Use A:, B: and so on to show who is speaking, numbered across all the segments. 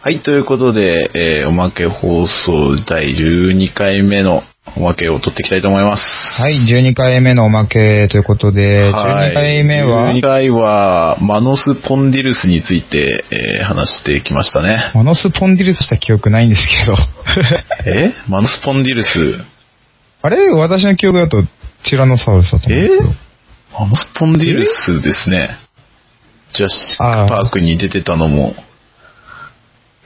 A: はい、ということで、えーおまけ放送第12回目のおまけを取っていきたいと思います。
B: はい、12回目のおまけということで、
A: はい
B: 12回目は、
A: 12回は、マノス・ポンディルスについて、えー話してきましたね。
B: マノスポンディルスした記憶ないんですけど。
A: えマノス・ポンディルス。
B: あれ私の記憶だと、ティラノサウルスだと思うんで
A: え
B: すけど。
A: マノス・ポンディルスですね。ジャシック・パークに出てたのも、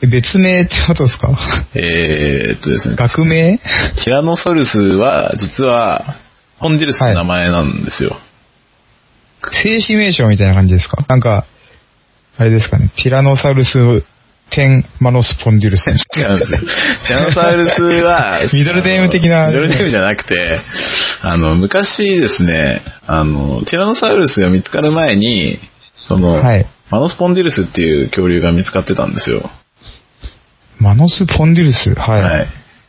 B: え別名ってことですか
A: えーっとですね、
B: 学名
A: ティラノサウルスは、実は、ポンディルスの名前なんですよ。
B: 正式名称みたいな感じですかなんか、あれですかね、ティラノサウルス、テンマノスポンディ ルス。
A: 違うんですよ。ティラノサウルスは
B: 、ミドルネーム的
A: あ
B: な
A: のミドルネームじゃなくて、あの、昔ですね、あの、ティラノサウルスが見つかる前に、その、
B: はい
A: マノスポンディルスっていう恐竜が見つかってたんですよ。
B: マノスポンディルスはい。
A: はい。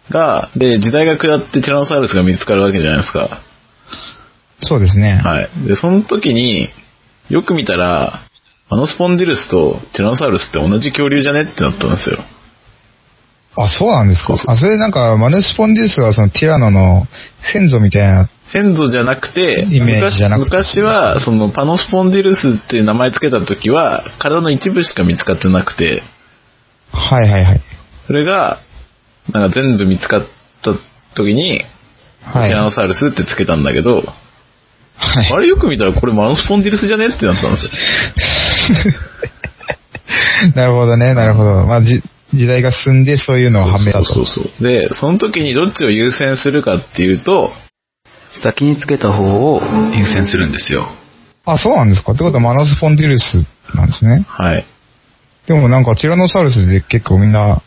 A: が、で、時代が下ってティラノサウルスが見つかるわけじゃないですか。
B: そうですね。
A: はい。で、その時に、よく見たら、マノスポンディルスとティラノサウルスって同じ恐竜じゃねってなったんですよ。
B: あ、そうなんです
A: そ
B: か
A: うそう
B: あ、それでなんか、マノスポンディルスはそのティラノの先祖みたいな、
A: 先祖じゃなくて、
B: イメージじゃなくて
A: 昔昔は、そのパノスポンディルスっていう名前つけた時は、体の一部しか見つかってなくて、
B: はいはいはい。
A: それが、なんか全部見つかった時に、
B: はい
A: ティラノサウルスってつけたんだけど、
B: はい。
A: あれよく見たらこれマノスポンディルスじゃねってなったんですよ。
B: なるほどね、なるほど。まあ、じ時代が進んでそういうのをはめたと。
A: そうそうそう。で、その時にどっちを優先するかっていうと、先につけた方を優先するんですよ。
B: あ、そうなんですかってことはマノスポンディルスなんですね。
A: はい。
B: でもなんかティラノサウルスで結構みんな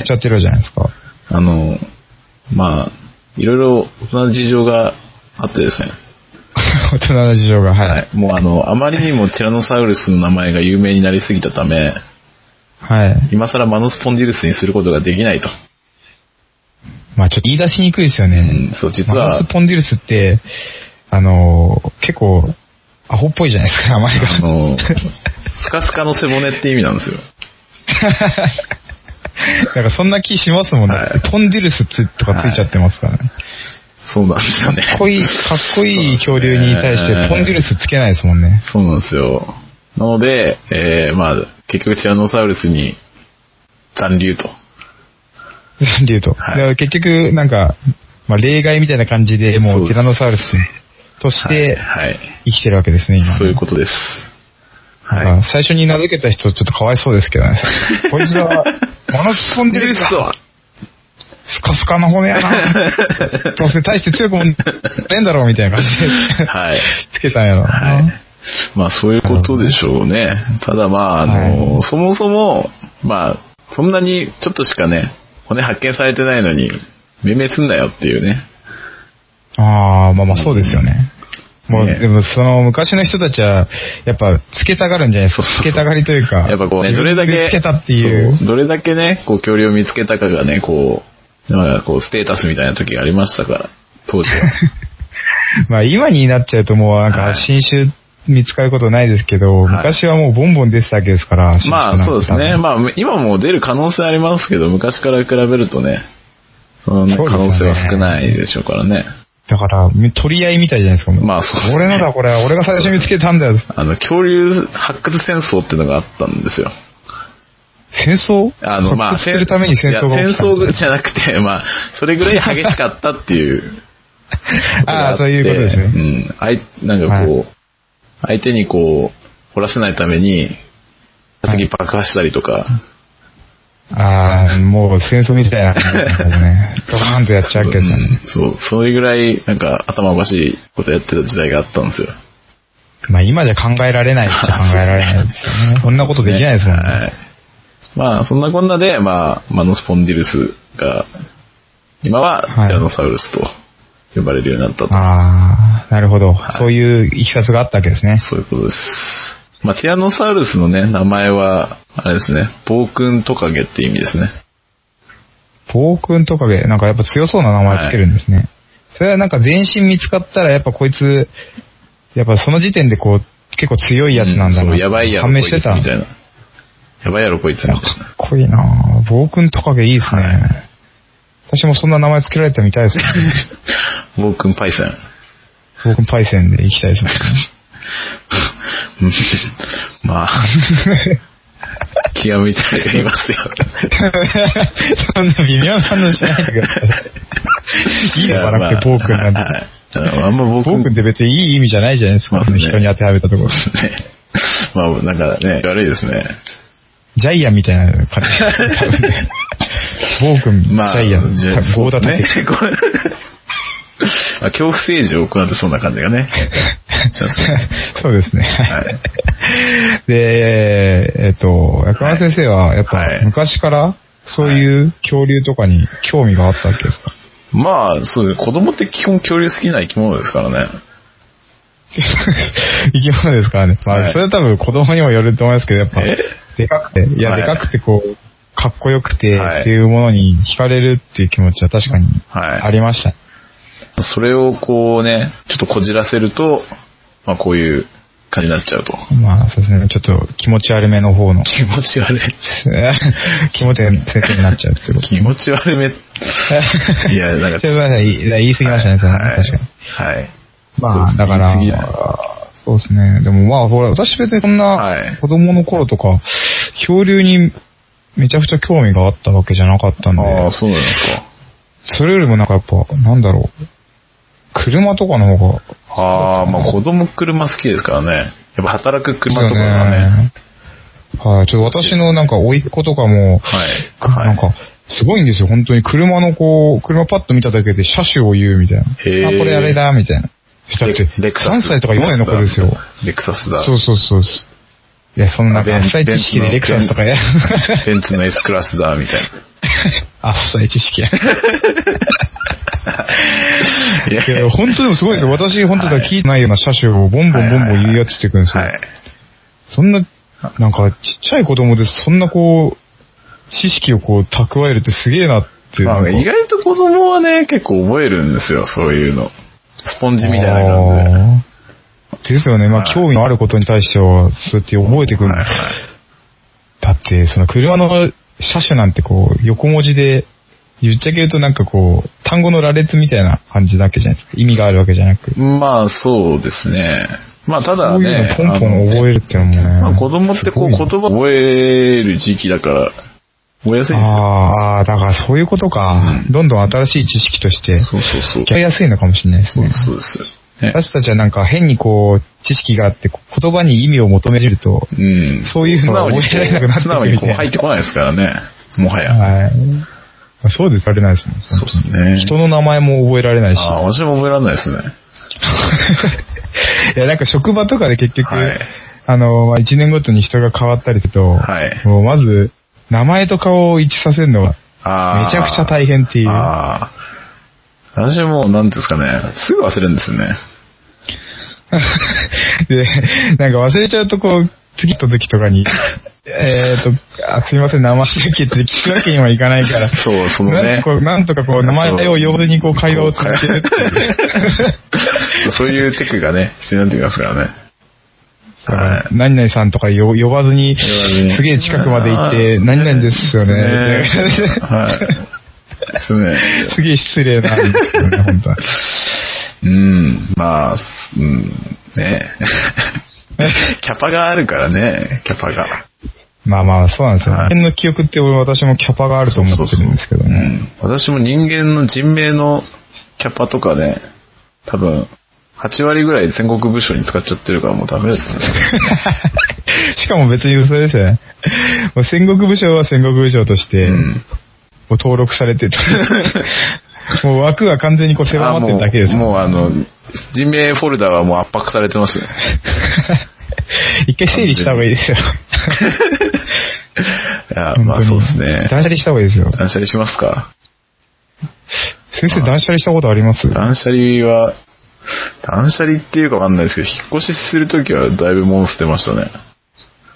B: 知っちゃってるじゃないですか。
A: あの、まあ、いろいろ大人の事情があってですね。
B: 大人の事情が、はい。
A: はい。もうあの、あまりにもティラノサウルスの名前が有名になりすぎたため、
B: はい。
A: 今更マノスポンディルスにすることができないと。
B: まあちょっと言い出しにくいですよね。
A: うんそう実は
B: マノスポンディルスって、あのー結構、アホっぽいじゃないですか、名前
A: あ
B: が。
A: の、スカスカの背骨って意味なんですよ。
B: なんかそんな気しますもんね。
A: はい
B: ポンディルスつとかついちゃってますからね。
A: そうなんですよね。
B: かっこいい、かっこいい恐竜に対して、ポンデュルスつけないですもんね。
A: そうなんですよ。なので、えー、まあ、結局ティラノサウルスに残留と。
B: なんていうと。だ
A: はい
B: から結局、なんか、まあ、例外みたいな感じ
A: そ
B: で、
A: う
B: も
A: です
B: う、ティラノサウルスとして
A: はい。はい
B: 生きてるわけですね、今。
A: そういうことです。はい。
B: なんか最初に名付けた人、ちょっとかわいそうですけど ね。こいつは、マノスポンデュルスだ。スカスカの骨 やな。どうせ大して強くもねえんだろう、みたいな感じで。
A: はい。
B: つけたんやろうな。
A: はい。まあそういうことでしょうね。ただまあ、あの、そもそも、まあ、そんなにちょっとしかね、骨発見されてないのに、命名すんなよっていうね。
B: ああ、まあまあそうですよね。もう、
A: ね
B: でもその昔の人たちは、やっぱ、つけたがるんじゃないですか。
A: そうそうそう
B: つけたがりというか、
A: やっぱこうね、どれだ
B: 自分で
A: け、
B: つけたっていう。
A: そうどれだけね、こう恐竜を見つけたかがね、こう、まあこうステータスみたいな時がありましたから、当 時は。
B: まあ今になっちゃうともうなん
A: はい
B: か、新種見つかることないですけど、
A: はい
B: 昔はもうボンボン出てたわけですから、新種
A: ま
B: なん
A: あ
B: て
A: そうですね。
B: 多分
A: まあ今も出る可能性ありますけど、昔から比べるとね、そのね
B: そう
A: 可
B: ですよね
A: 能性は少ないでしょうからね。
B: だから、み取り合いみたいじゃないですか、もう
A: まあそうですね
B: 俺のだ、これ。俺が最初見つけたんだよ。
A: あの、恐竜発掘戦争っていうのがあったんですよ。
B: 戦争
A: あの、まあ、
B: 発掘するために戦争が
A: いや
B: 起きた。
A: 戦争じゃなくて、まあ、それぐらい激しかったっていう。
B: ああ、ということですね。
A: うん。あい、なんかこう、相手にこう、掘らせないために、次爆破したりとか、
B: ああ、もう戦争みたいな感じですもんね。ドカーンとやっちゃうわけですよね。
A: うんそう、それぐらい、なんか頭おかしいことやってた時代があったんですよ。
B: まあ今じゃ考えられないっちゃ考えられないですよね。こんなことできないですもんね。
A: はい。まあ、そんなこんなで、まあ、マノスポンディルスが、今は、テ
B: はい
A: ィラノサウルスと呼ばれるようになったと。
B: ああ、なるほど。そういういきさつがあったわけですね。
A: そういうことです。まあ、ティラノサウルスのね、名前は、あれですね、暴君トカゲって意味ですね。
B: 暴君トカゲ、なんかやっぱ強そうな名前つけるんですね。それはなんか全身見つかったらやっぱこいつ、やっぱその時点でこう、結構強いやつなんだ
A: う
B: な。
A: そうやばいやつ
B: 判明してた。
A: みたいな。やばいやろ、こいつ。
B: いやかっこいいなぁ暴君トカゲいいですね。私もそんな名前つけられてみたい ですね。
A: 暴君パイセン。
B: 暴君パイセンで行きたいですね。
A: うんま あ、極みたいがいますよ。
B: そんな微妙な話しないでください。いいのかなくて、暴君なんて。
A: て。はいあんま暴
B: 暴
A: 君
B: 君って別にいい意味じゃないじゃないです
A: ま
B: か。
A: あ
B: その
A: ね
B: 人に当てはめたところ。
A: ね。 まあ、なんかね、悪いですね。
B: ジャイアンみたいな感じ。多分ね暴君、ジ
A: まあ、
B: ャイアン、
A: じゃあ
B: たゴー
A: そ
B: ダ
A: う
B: タ
A: ね
B: ケ。
A: こうまあ、恐怖政治を行ってそうな感じが ね。しますね
B: そうですね。
A: はい
B: で、えっと、薬丸先生は、やっぱ
A: はい
B: 昔から、そういう恐竜とかに興味があったわけですか、
A: まあ、そう子供って基本恐竜好きな生き物ですからね。
B: 生き物ですからね。まあ、
A: はい
B: それは多分子供にもよると思いますけど、やっぱ
A: え、
B: でかくて、いや、
A: はい
B: でかくてこう、かっこよくて、
A: はい
B: っていうものに惹かれるっていう気持ちは確かに
A: はい
B: ありました。
A: それをこうね、ちょっとこじらせると、まあこういう感じになっちゃうと。
B: まあ、そうですね。ちょっと気持ち悪めの方の、
A: 気持ち悪い。
B: 気持ち悪い先生になっちゃうっていうこと。
A: 気持ち悪 め。いや、なんか、
B: すいません言い言い過ぎましたね、それはね確かに。
A: はい。はい。
B: まあ、
A: そう
B: だから
A: 言い過ぎない、
B: そうですね。でもまあ、ほら、私別にそん
A: は
B: ない子供の頃とか、恐竜にめちゃくちゃ興味があったわけじゃなかったんで、
A: ああ、そうなんです
B: それよりもなんかやっぱ、なんだろう、車とかの方が、
A: か。ああ、まあ子供車好きですからね。やっぱ働く車とかがね。
B: そうだね。はい、ちょっと私のなんか、甥いっ子とかも、
A: はい。
B: なん
A: はい。
B: か、すごいんですよ、本当に。車のこう、車パッと見ただけで車種を言うみたいな。
A: へー
B: あ、これあれだ、みたいな。したって、
A: レクサス
B: 3歳とか4歳の子ですよ。。
A: レクサスだ。
B: そうそうそうそう。いや、そんな
A: あベン
B: 浅い知識でレクサスとかや。
A: ベンツの S クラスだ、みたいな。
B: 浅い知識や。
A: いや
B: いや、本当でもすごいですよ。私、本当だ、聞いてないような車種をボンボンボンボン言いやつしてくるんですよ。
A: はい。
B: そんな、なんか、ちっちゃい子供でそんなこう、知識をこう、蓄えるってすげえなっていう。
A: ま
B: なん
A: あ、
B: か
A: 意外と子供はね、結構覚えるんですよ、そういうの。スポンジみたいな感じで。
B: あーですよね。ま
A: は
B: あ、
A: い
B: 興味のあることに対しては、そうやって覚えてくる。
A: はいはい
B: だって、その車の車種なんてこう、横文字で、言っちゃけるとなんかこう、単語の羅列みたいな感じだけじゃないですか。意味があるわけじゃなく。
A: まあ、そうですね。まあ、ただ
B: そういう
A: ね
B: の、ポンポン覚えるっていうのもね。
A: あのまあ、子供ってこう、
B: す
A: 言
B: ごいな
A: 葉を覚える時期だから、覚えやすいんですよ。
B: あーあー、だからそういうことか。
A: うん
B: どんどん新しい知識として、
A: そうそうそう。
B: やりやすいのかもしれないです
A: そう
B: ね
A: で。す、そうです。ね
B: 私たちはなんか変にこう、知識があって、こう言葉に意味を求めると、
A: うん。
B: そういうのが
A: 素直に
B: 覚えられなくなってくる
A: 素直にこう入ってこないですからね、もはや。
B: はい。まあそうです、あれないですもん。
A: そうですね。
B: 人の名前も覚えられないし。
A: ああ、私も覚えられないですね。
B: いや、なんか職場とかで結局、
A: はい
B: あの、まあ、1年ごとに人が変わったりすると、
A: はい
B: もうまず、名前と顔を一致させるのは、
A: ああ。
B: めちゃくちゃ大変っていう。あ
A: ああ。私も、なんていうんですかね、すぐ忘れるんですよね。
B: で、なんか忘れちゃうとこう、次行った時とか に、えっと、あすいません、名前だっけって聞くわけにはいかないから。
A: そう、その
B: なん
A: ね
B: か。こうなんとかこう、名前を用事にこう、会話を続けるっていう。
A: そういうテクがね、必要になってきますからね。はい
B: 何々さんとかよ呼ばずに
A: ばずに、
B: すげえ近くまで行って、何々ですよね。
A: ねはい。ですね。
B: すげえ失礼なんですよね、本当は。
A: うん、まあ、うん、ねキャパがあるからね、キャパが。
B: まあまあ、そうなんですよ。
A: はい
B: 辺の記憶って俺私もキャパがあると思ってるんですけど
A: う
B: ね。
A: ん私も人間の人命のキャパとかね、多分、8割ぐらい戦国武将に使っちゃってるからもうダメですね。
B: しかも別に嘘ですよね。もう戦国武将は戦国武将として、
A: う
B: も
A: ん
B: う登録されてて もう枠が完全にこう狭まってるだけです
A: あ
B: よ。
A: もうもうあの、人命フォルダはもう圧迫されてますね。
B: 一回整理した方がいいですよ。
A: いや、 まあ
B: 本当
A: そ
B: に
A: うですね。
B: 断捨離した方がいいですよ。
A: 断捨離しますか
B: 先生断捨離したことあります
A: 断捨離は、断捨離っていうかわかんないですけど、引っ越しするときはだいぶ物捨てましたね。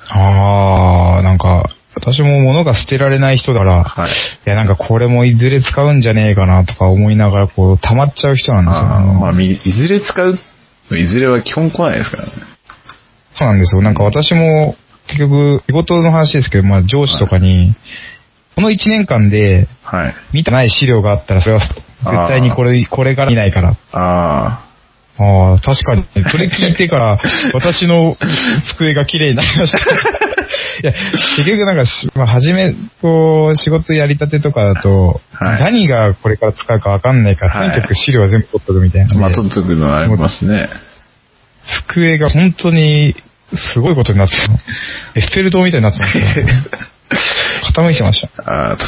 B: あー、なんか、私も物が捨てられない人だから、、
A: はいい。
B: や、なんかこれもいずれ使うんじゃねえかなとか思いながら、こう、溜まっちゃう人なんですよ。
A: あーま
B: あ
A: あ、
B: の
A: みいずれ使う、いずれは基本来ないですからね。
B: そうなんですよ。なんか私も、結局、仕事の話ですけど、まあ上司とかに、この1年間で
A: はい。
B: 見てない資料があったら、それは絶対にこれ、これから見ないから。
A: あ
B: ああ、確かに。それ聞い てから、私の机が綺麗になりました。いや、結局なんかし、まあ、初め、こう、仕事やりたてとかだと、
A: はい
B: 何がこれから使うかわかんないから、
A: はい
B: とにかく資料は全部取っとくみたいな
A: あ。
B: んで。
A: まあ、とっつくのありますね。
B: 机が本当に、すごいことになってたの。エッフェル塔みたいになってました。傾いてました。
A: あーと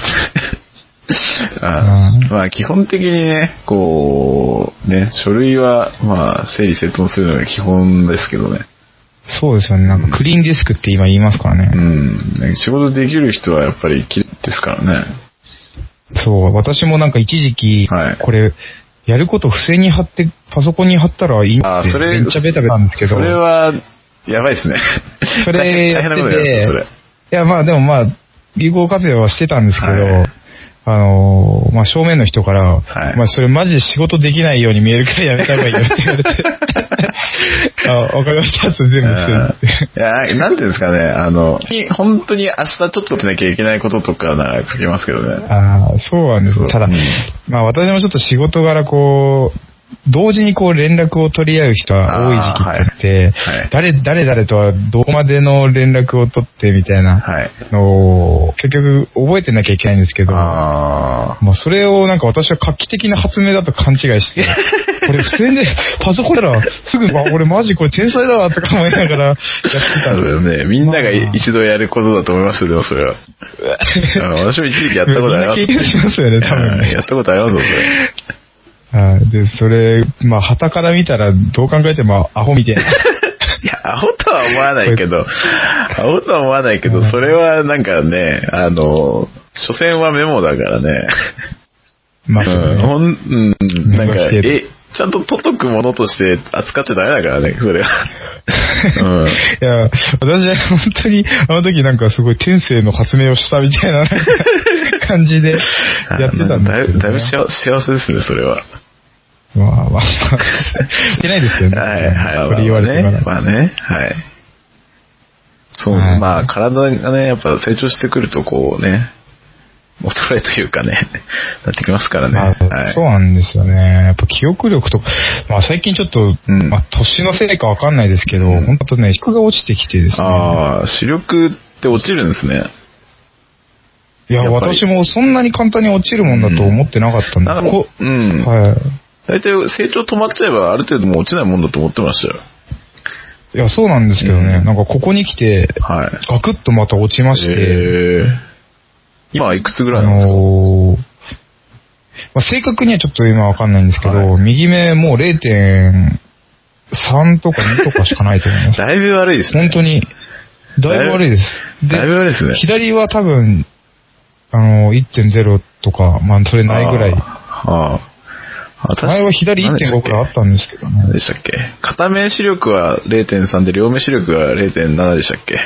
A: あーまあ、基本的にね、こう、ね、書類は、まあ、整理整頓するのが基本ですけどね。
B: そうですよね。なんか、クリーンディスクって今言いますからね。
A: うん。仕事できる人はやっぱり、きれいですからね。
B: そう、私もなんか一時期、
A: はい
B: これ、やること不正に貼って、パソコンに貼ったらいい
A: あ
B: っ
A: ー
B: て、
A: それ、
B: めっちゃベタベタなんですけど、
A: それは、やばいですね。
B: それ
A: 大変な
B: や
A: こ
B: っ
A: と
B: て
A: や
B: て、
A: るそれ。
B: いや、まあでもまあ、有効活用はしてたんですけど、
A: はい
B: あのーまあ正面の人から、
A: はい
B: まあそれマジで仕事できないように見えるからやめた方がいいよって言われ て、あ、わかりましたって全部
A: あ
B: するって。
A: ーいや、なんていうんですかね、あの、本当に明日ちょっとしなきゃいけないこととかなら書きますけどね。
B: ああ、そうなんです
A: そう。
B: ただ、
A: うん
B: まあ私もちょっと仕事柄こう、同時にこう連絡を取り合う人が多い時期があって、
A: あーはいはい
B: 誰、誰々とはどこまでの連絡を取ってみたいな
A: はい。
B: のを、結局覚えてなきゃいけないんですけど、
A: あ
B: まあそれをなんか私は画期的な発明だと勘違 いして、これ普通にパソコンやらすぐ、あ、俺マジこれ天才だわとか思いながらやって
A: あ。 多
B: たんで
A: 分ね、みんなが
B: まあ
A: 一度やることだと思いますよ、でもそ れは。うん私も一時 期やったことあります。
B: みんな経験しますよね多分ね
A: うんやったことありますよ、それ。
B: はいで、それ、まあ、旗から見たら、どう考えてもアホみ たいな。
A: いや、アホとは思わないけど、 アホとは思わないけど、それはなんかね、あの、所詮はメモだから ね。、
B: まあ、そううんね
A: ほん、うん、なんか、
B: メモしてる
A: え、ちゃんと届くものとして扱っちゃダメだからね、それ は。うん。
B: いや、私は本当に、あの時なんかすごい天性の発明をしたみたいな なんか感じでやってたん
A: だ
B: で
A: い
B: す
A: ぶ、
B: けど、
A: だ
B: ね。
A: いぶ幸幸せですね、それは。
B: まあまあまあ、してないですよね。
A: はい、はい。
B: それ言われてから。
A: まあね、まあね、はい。そう、
B: はい
A: まあ、体がね、やっぱ成長してくると、こうね、衰えというかね、 なってきますからね。
B: まあ
A: はい。
B: そうなんですよね。やっぱ記憶力とか、まあ最近ちょっと、
A: うん
B: まあ年のせいかわかんないですけど、
A: うん
B: 本当ね、人が落ちてきてですね。
A: ああ、視力って落ちるんですね。
B: いや、
A: やっぱり
B: 私もそんなに簡単に落ちるもんだと思ってなかったんで
A: なん
B: す
A: かも
B: こ
A: う、うん。
B: はい。
A: 大体成長止まっちゃえば、ある程度もう落ちないもんだと思ってましたよ。
B: いや、そうなんですけどね。
A: うん
B: なんかここに来て、
A: はい。
B: ガクッとまた落ちまし
A: へ
B: て、
A: ー今はいくつぐら
B: あ
A: いなんですか、
B: のーまあ、正確にはちょっと今わかんないんですけど、
A: は
B: 右目もう0.3とか2とかしかないと思い ます。
A: だいぶ悪いですね
B: 本。当に、だいぶ悪いです。
A: だいぶ悪いですね。
B: 左は多分、あのー、1.0とか、まあ、それないぐらい。
A: ああ。あ
B: 前は左1.5くらいあったんですけど
A: 何
B: ね。
A: でしたっけ片面視力は0.3で、両面視力が0.7でしたっけ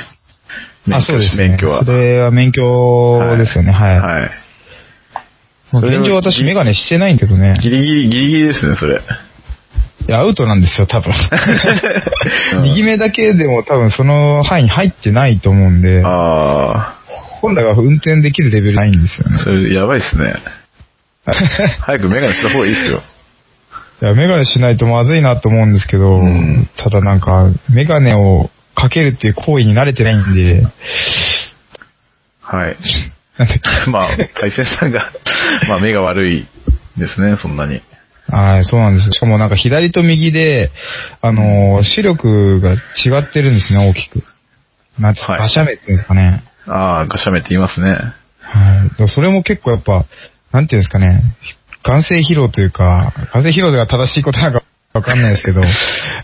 B: あ、そうですね。
A: 免許は。
B: それは免許ですよね、はい。
A: はい。
B: まあ現状私メガネしてないんだけどね。
A: ギリギリ、ギリギリですね、それ。
B: いや、アウトなんですよ、多分
A: うん。
B: 右目だけでも多分その範囲に入ってないと思うんで、
A: あ
B: 本来は運転できるレベルないんですよ
A: あ。
B: ね。
A: それ、やばいですね。早くメガネした方がいいですよ。
B: いや、メガネしないとまずいなと思うんですけど、
A: ん
B: ただなんか、メガネをかけるっていう行為に慣れてない んで、
A: はい。
B: なんだっけ
A: まあ、海鮮さんが、 まあ、目が悪いですね、そんなに。
B: はい、そうなんです。しかもなんか左と右で、あのー視力が違ってるんですね、大きく。なんて、
A: はい
B: ガシャメっていうんですかね。
A: ああ、ガシャメって言いますね。
B: はい。でもそれも結構やっぱ、なんていうんですかね、眼性疲労というか、眼性疲労が正しいことなんかわかんないです けど、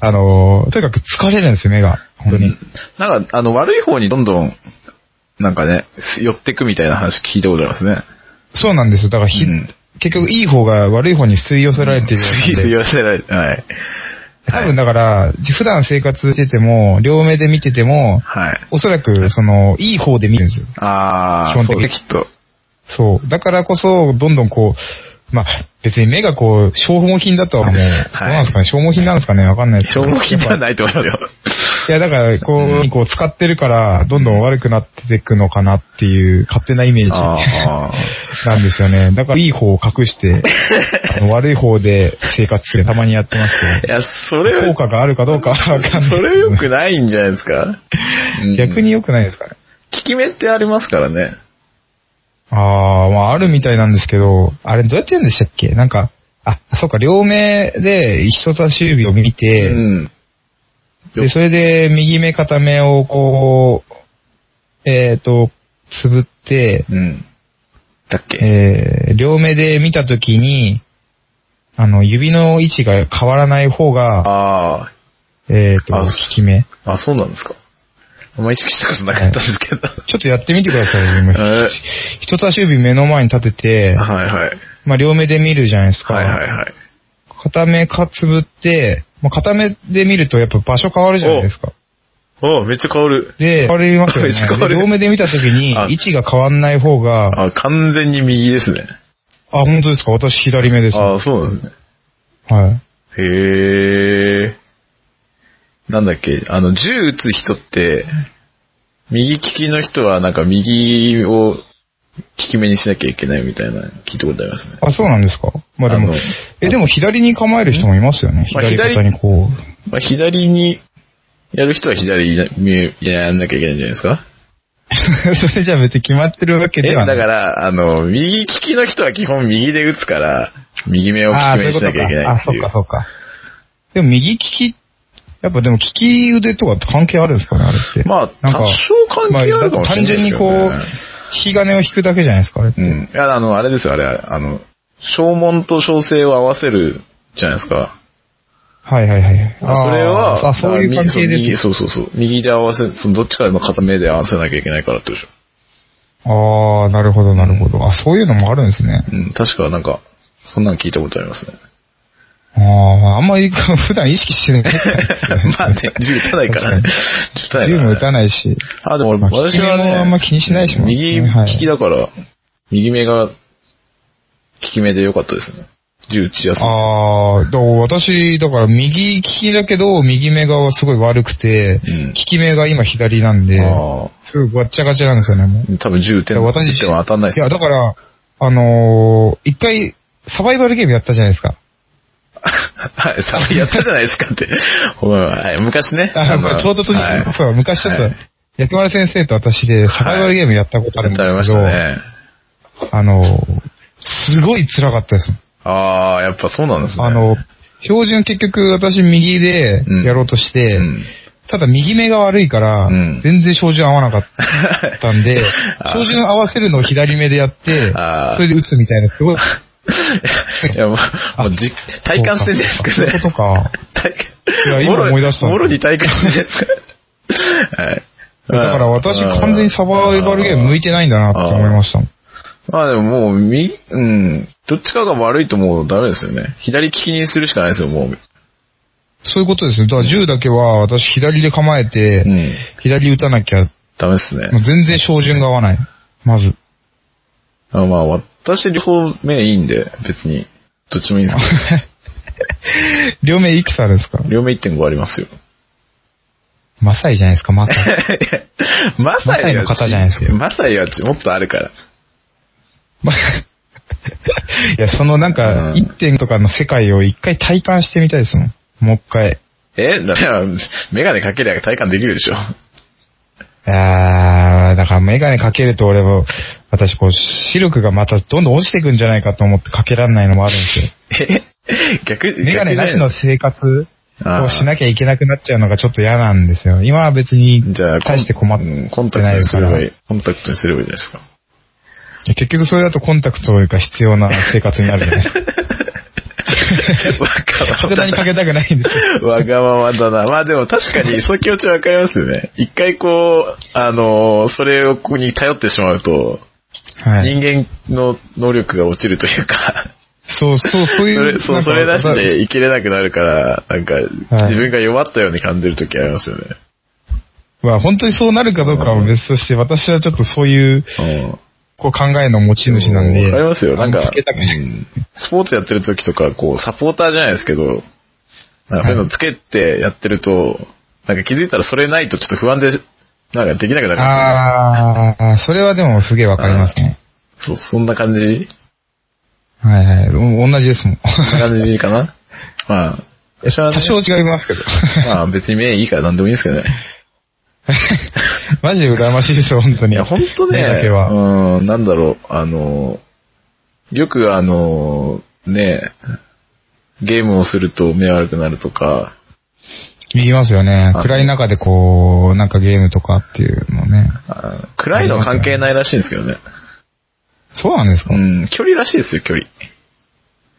B: あのー、とにかく疲れるんですよ、目が。本当に。
A: なんか、あの、悪い方にどんどん、なんかね、寄ってくみたいな話聞いたことありますね。
B: そうなんですよ。だからひ、
A: うん
B: 結局いい方が悪い方に吸い寄せられてるようなんで
A: 次言わせない。はい。
B: 多分だから、普段生活してても、両目で見てても、
A: はい。
B: おそらく、その、いい方で見るんですよ。
A: ああ、
B: 基本
A: そうで
B: 的に
A: すきっと。
B: そう。だからこそ、どんどんこう、まあ、別に目がこう、消耗品だとはもう、そうなんですかね、消耗品なんですかね、わかんないですけ
A: 消
B: ど
A: 耗品ではないと思いますよ。
B: いや、だから、こう、こう使ってるから、どんどん悪くなっていくのかなっていう、勝手なイメージ
A: あ
B: なんですよね。だから、いい方を隠して、 あの悪い方で生活する。たまにやってます
A: あ。い
B: け
A: や、それ
B: ど、効、果があるかどうかはわかんない。
A: それ良くないんじゃないですか。うん
B: 逆に良くないですかね。
A: 効き目ってありますからね。
B: ああ、まああるみたいなんですけど、あれどうやってやるんでしたっけなんか、あ、そうか、両目で人差し指を見て、
A: うん。
B: で、それで右目片目をこう、えっ、と、つぶって、
A: うん。だっけ
B: えー、両目で見たときに、あの、指の位置が変わらない方が、
A: あ
B: えっ、と、
A: あ
B: 効き目。
A: あ、あ、そうなんですか。あんま意識したことなかったですけど。
B: ちょっとやってみてください、今
A: え
B: 人差し指目の前に立てて、
A: はいはい。
B: まあ、両目で見るじゃないですか。
A: はいはいはい。
B: 片目かつぶって、まあ、片目で見るとやっぱ場所変わるじゃないですか。
A: おうめっちゃ変わる。
B: で、変わり ますよね。
A: めっちゃ変わ
B: で
A: る
B: 両目で見た時に
A: あ
B: 位置が変わんない方が、あ、
A: あ、完全に右ですね。
B: 本当ですか私左目です。は
A: ああ、そうなんですね。
B: い。
A: へえ。なんだっけ、あの、銃撃つ人って、右利きの人はなんか右を利き目にしなきゃいけないみたいな聞いたことありますね。
B: あ、そうなんですかまあでも
A: あの、
B: え、でも左に構える人もいますよね。
A: まあ
B: 左肩にこう。
A: まあ、左に、やる人は左にやんなきゃいけないんじゃないですか
B: それじゃ別に決まってるわけ
A: え、
B: では
A: だか
B: ない。
A: ら、あの、右利きの人は基本右で打つから、右目を利
B: ああー、
A: き目にし
B: そういうこと
A: なきゃいけ
B: か。
A: ない
B: あ、
A: って
B: そ
A: いうう
B: か、。そうか。でも右利き、やっぱでも利き腕とかって関係あるんですかね、あれって。
A: まあ、
B: な
A: 多
B: んか
A: 少関係あるかもしれないですけど、ね。
B: まあだって単純にこう、引き金を引くだけじゃないですか、あれって。
A: うん。いや、あの、あれですよ、あれ、あの、正門と正正を合わせるじゃないですか。
B: はいはいはい。
A: それは、
B: あ、そういう関係
A: だから右
B: です。
A: そうそうそう。右で合わせ、そのどっちかの片目で合わせなきゃいけないからってことでしょ。
B: ああ、なるほどなるほど。あ、そういうのもあるんですね。
A: うん、確かなんか、そんなの聞いたことあり ますね。
B: ああ、あんまり普段意識してない。
A: まあ ね、銃撃たないからね。銃撃たない
B: 銃
A: から
B: も
A: ね
B: 撃たないし。
A: あ、でも俺、
B: まあ
A: 私は
B: 利き
A: ね、
B: 目もあんま気にしないしも
A: 右利
B: はい
A: きだから、右目が、利き目で良かったですね。銃撃ちやすいです。
B: ああ、だから私、だから右利きだけど、右目がすごい悪くて、
A: うん
B: 利き目が今左なんで、
A: あ
B: すごいガッチャガチャなんですよね、もう。
A: ー多分銃撃て
B: いや
A: も、
B: 私
A: 撃っても当たんないで
B: い
A: す
B: や、
A: ね。
B: だから、あのー一回、サバイバルゲームやったじゃないですか。
A: はい、さやったじゃないですか って。お前ははい昔ね。
B: あの衝突に、
A: はい
B: そう、昔ちょっと、
A: はい
B: 薬丸先生と私でサバイバルゲームやったことあるんです
A: や
B: け
A: っちゃい
B: ど、
A: ましたね。
B: あのーすごい辛かったです。
A: ああ、やっぱそうなんですね。
B: あの、標準結局私右でやろうとして、
A: うん、
B: ただ右目が悪いから、
A: うん、
B: 全然照準合わなかったんで
A: あー
B: 照準合わせるのを左目でやって
A: あー、
B: それで打つみたいな、すご い、
A: いや、もう、もうじ体感してんじゃないですかね。
B: そうか
A: 体
B: いや
A: 感。
B: 今
A: もろ
B: 思い出したんですよ
A: もろに体感してんじゃないで すか。はい。
B: だから私完全にサバイバルゲーム向いてないんだなって思いましたもん。
A: まあでももう、み、うん、どっちかが悪いともうダメですよね。左利きにするしかないですよ、もう。
B: そういうことですよ。だから銃だけは私左で構えて、
A: うん。
B: 左打たなきゃ、も
A: ダメですね。
B: う全然照準が合わない。まず。
A: あまあ、私両方目いいんで、別に。どっちもいいんですけ
B: 両目いくつあるんですか
A: ど。両目1.5ありますよ。
B: マサイじゃないですか、マサイ。
A: マサイは
B: マサイの方じゃないですか
A: マサイはもっとあるから。
B: まあ いや、そのなんか、
A: うん
B: 1点とかの世界を一回体感してみたいですもん。もう一回。
A: え だから、メガネかけりゃ体感できるでしょ。
B: あー、だからメガネかけると俺は、私こう、視力がまたどんどん落ちてくんじゃないかと思ってかけられないのもあるんですよ。
A: え逆に、
B: メガネなし
A: 逆
B: の
A: じ
B: 生活
A: あー
B: をしなきゃいけなくなっちゃうのがちょっと嫌なんですよ。今は別に
A: ゃない、じゃあ、
B: 大して困っ
A: うんコン
B: て
A: タクト
B: ない
A: にす
B: か
A: れ
B: ら
A: ばい。い。コンタクトにすればいいじゃないですか。
B: 結局それだとコンタクトが必要な生活になるじゃないで すか。
A: わがま
B: 体にかけたくないんですよ。
A: ま。わがままだな。まあでも確かに、そういう気持ちわかりますよね。一回こう、あのーそれをここに頼ってしまうと、
B: はい。
A: 人間の能力が落ちるというか、
B: そうそう、そう
A: そ
B: いう。
A: れ、そう、
B: なんか
A: それなしで生きれなくなるから、なんか、
B: はい
A: 自分が弱ったように感じるときありますよね。
B: まあ本当にそうなるかどうかは別として、私はちょっとそういう、
A: うん。
B: 構考えの持ち主なんで。
A: わかりますよ。なん
B: あの
A: か、
B: つけたく
A: う
B: ない
A: んスポーツやってる時とか、こう、サポーターじゃないですけど、なんかそういうのつけてやってると、なんか気づいたらそれないとちょっと不安で、なんかできなくなる。
B: ああ、それはでもすげえわかりますね。
A: そう、そんな感じ
B: はいはい。お同じですもん。
A: そんな感じかなまあ、私はね
B: 多少違いますけど。
A: まあ別に目いいから何でもいいんですけどね。
B: マジで羨ましいですよ、本当
A: い
B: に。
A: や、本当ね、
B: 目だけは。
A: うん、なんだろう、あの、よくあの、ね、ゲームをすると目悪くなるとか、
B: 言いますよね。
A: あ
B: 暗い中でこう、なんかゲームとかっていうのね。
A: あ暗いの関係ないらしいんですけどね。
B: そうなんですか、
A: うん、距離らしいですよ、距離。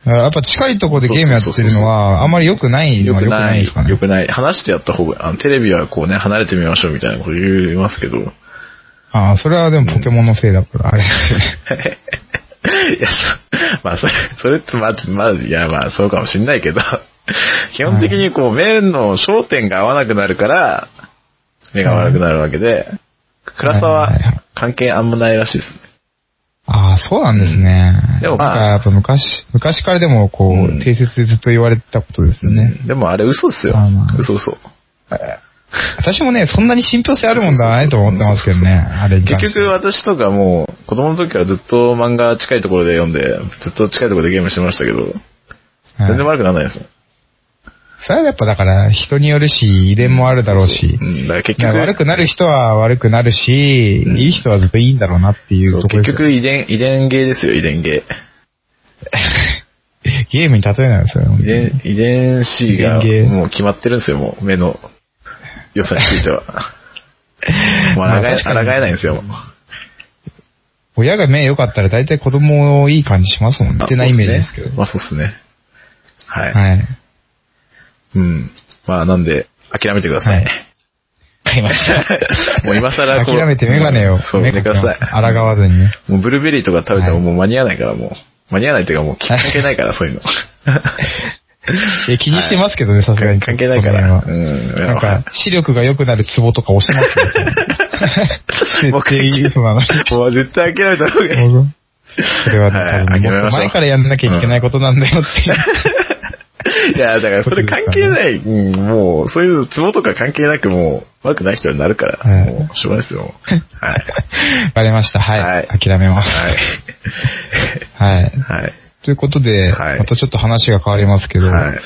B: やっぱ近いとこでゲームやってるのは、あんまり良くないの
A: よ
B: は
A: く
B: 良くな
A: ないい
B: ですか、ね。
A: よくない。話してやった方が、あのテレビはこうね、離れてみましょうみたいなこと言いますけど。
B: ああ、それはでもポケモンのせいだから、あれですよね。
A: いや、そまあ、それ、それって、まあ、まあ、いや、まあ、そうかもしんないけど、 基本的にこう、目の焦点が合わなくなるから、目が悪くなるわけで、暗さ
B: はいはいは
A: はい関係あんまないらしいですね。
B: ああ、そうなんですね。
A: でもまあ
B: なんかやっぱ昔、昔からでもこう、
A: うん
B: 定説でずっと言われてたことですよね。
A: でもあれ嘘ですよ
B: まあまあ。
A: 嘘嘘。
B: 私もね、そんなに信憑性あるもんだないと思ってますけどね。あれに関
A: 結
B: して
A: 局私とかもう、子供の時からずっと漫画近いところで読んで、ずっと近いところでゲームしてましたけど、
B: はい
A: 全然悪くならないですもん。
B: それはやっぱだから人によるし、遺伝もあるだろうし。
A: うん、だから結
B: だから悪
A: 局、
B: くなる人は悪くなるし、
A: うん
B: いい人はずっといいんだろうなっていう
A: そう
B: ところ
A: 結
B: ですよ
A: 局遺伝、遺伝芸ですよ、遺伝芸。
B: ゲームに例えないですよ
A: 遺
B: ね。
A: 伝、遺伝子が
B: 遺伝芸
A: もう決まってるんですよ、もう目の良さについては。もう
B: まあ
A: 抗え、
B: 確
A: 抗
B: か
A: え
B: に
A: ないんですよ。
B: 親が目良かったら大体子供をいい感じしますもんね。ってなイメージですけど。
A: まあそうっすね。はい。
B: はい。わ
A: うん。まあなんで、諦めてください。
B: はいかりました。
A: もう今更こう。
B: 諦めてメガネを、
A: そう、
B: メ
A: 寝て
B: ガ
A: く
B: ネを
A: ださい。
B: 抗わず にね。
A: もうブルーベリーとか食べても
B: はい
A: もう間に合わないからもう。間に合わないというかもう関係ないから、そういう の。
B: いや気にしてますけどね、さすがに。
A: 関係ないから。う
B: この辺は
A: ん。。
B: なんか、視力が良くなるツボとか押しますよ
A: もう
B: 絶対いい嘘だな。
A: もう絶対諦めた方がいい。
B: それはね、
A: はい
B: 多
A: 諦めま
B: 分ね
A: しょう
B: もっと前からやんなきゃいけないことなんだよっていう。
A: いや、だ からそれ関係ない。うん、もう、そういうツボとか関係なくもう、悪くない人になるから、
B: はい
A: もう、しょうがないですよ。はい。
B: わかりました。は
A: はい
B: い。諦めます。
A: はい。
B: はい。
A: はい。
B: ということで、
A: はい
B: またちょっと話が変わりますけど、
A: はい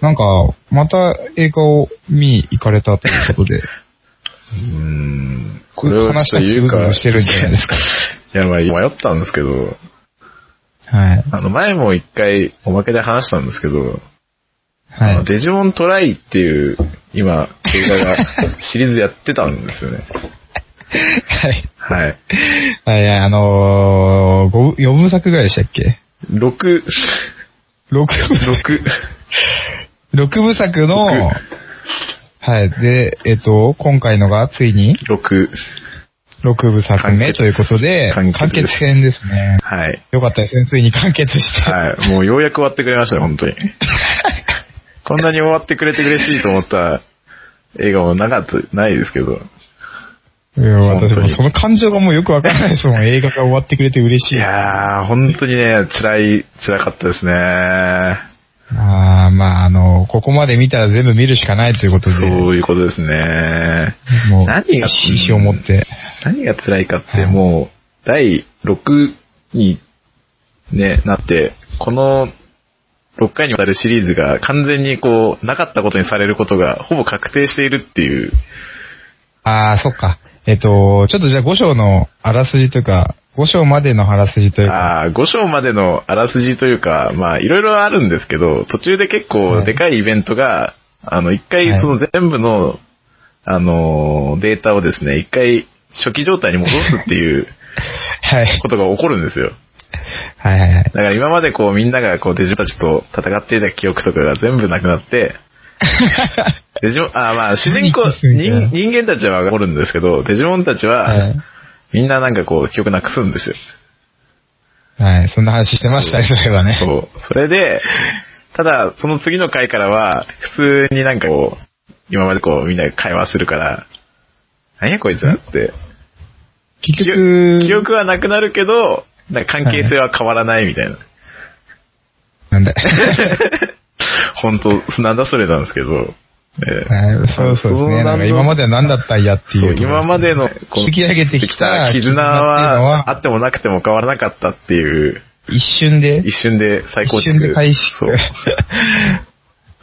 B: なんか、また映画を見に行かれたとい うことで、
A: うーん。
B: これ話がうずうずしてるんじゃないですか。
A: いや、まあ、迷ったんですけど、
B: はい。
A: あの、前も一回、おまけで話したんですけど、あ
B: は
A: の
B: い。
A: デジモントライっていう、今、映画が、シリーズやってたんですよね。
B: はい。
A: はい。
B: はい、あのー、ご4分作ぐらいでしたっけ
A: 6、
B: 6分、
A: 6、
B: 六部作の、
A: 六
B: はい。で、えっと、今回のがついに
A: 6、
B: 6部作目ということで、
A: 完
B: 完
A: 結です
B: 結編ですね。
A: はい。
B: よかったですね。ついに完結して。
A: はい。もうようやく終わってくれましたよ、本当 に。こんなに終わってくれて嬉しいと思った映画もなかった、ないですけど。
B: いや、
A: 本
B: 私
A: 当
B: も
A: に
B: その感情がもうよくわからないですもん。映画が終わってくれて嬉し
A: い
B: い。あ
A: やー、本当にね、辛い、辛かったですね。
B: あー、まあ、あの、ここまで見たら全部見るしかないということで、
A: そういうことですね。
B: もう、
A: 何が
B: 意思を持って。
A: 何が辛いかって、
B: はい
A: もう、第6に、ね、なって、この6回にわたるシリーズが完全にこう、なかったことにされることが、ほぼ確定しているっていう。
B: ああ、そっか。えっと、ちょっとじゃあ5章のあらすじというか、5章までのあらすじというか、
A: ああ、5章までのあらすじというか、まあ、いろいろあるんですけど、途中で結構
B: はい
A: でかいイベントが、あの、一
B: は
A: 回
B: い
A: その全部の、あのー、データをですね、一回初期状態に戻すっていう
B: はい。
A: ことが起こるんですよ。
B: はいはいはい
A: だ。から今までこうみんながこうデジモンたちと戦っていた記憶とかが全部なくなって、デジモン、あーまあ主人 公、人人間たちはおるんですけど、デジモンたち
B: は、
A: はいみんななんかこう記憶なくすんですよ。
B: はい、そんな話してましたね、それはね。
A: そう。それで、ただ、その次の回からは、普通になんかこう、今までこう、みんな会話するから、何やこいつらって、
B: 結
A: 記憶
B: 局、
A: 記憶はなくなるけど、なんか関係性は変わらないみたいな。
B: なんだよ。
A: 本当なんだそれなんですけど。えー
B: はいそうそうです
A: そうなんだ
B: ね。なんか今までは何だったんやって
A: そ
B: いうう。
A: 今までの、こう
B: 築き上げてきた
A: 絆は、あってもなくても変わらなかったっていう、
B: 一瞬で、
A: 一瞬で再構
B: 一
A: 築。
B: 瞬で回収
A: そう。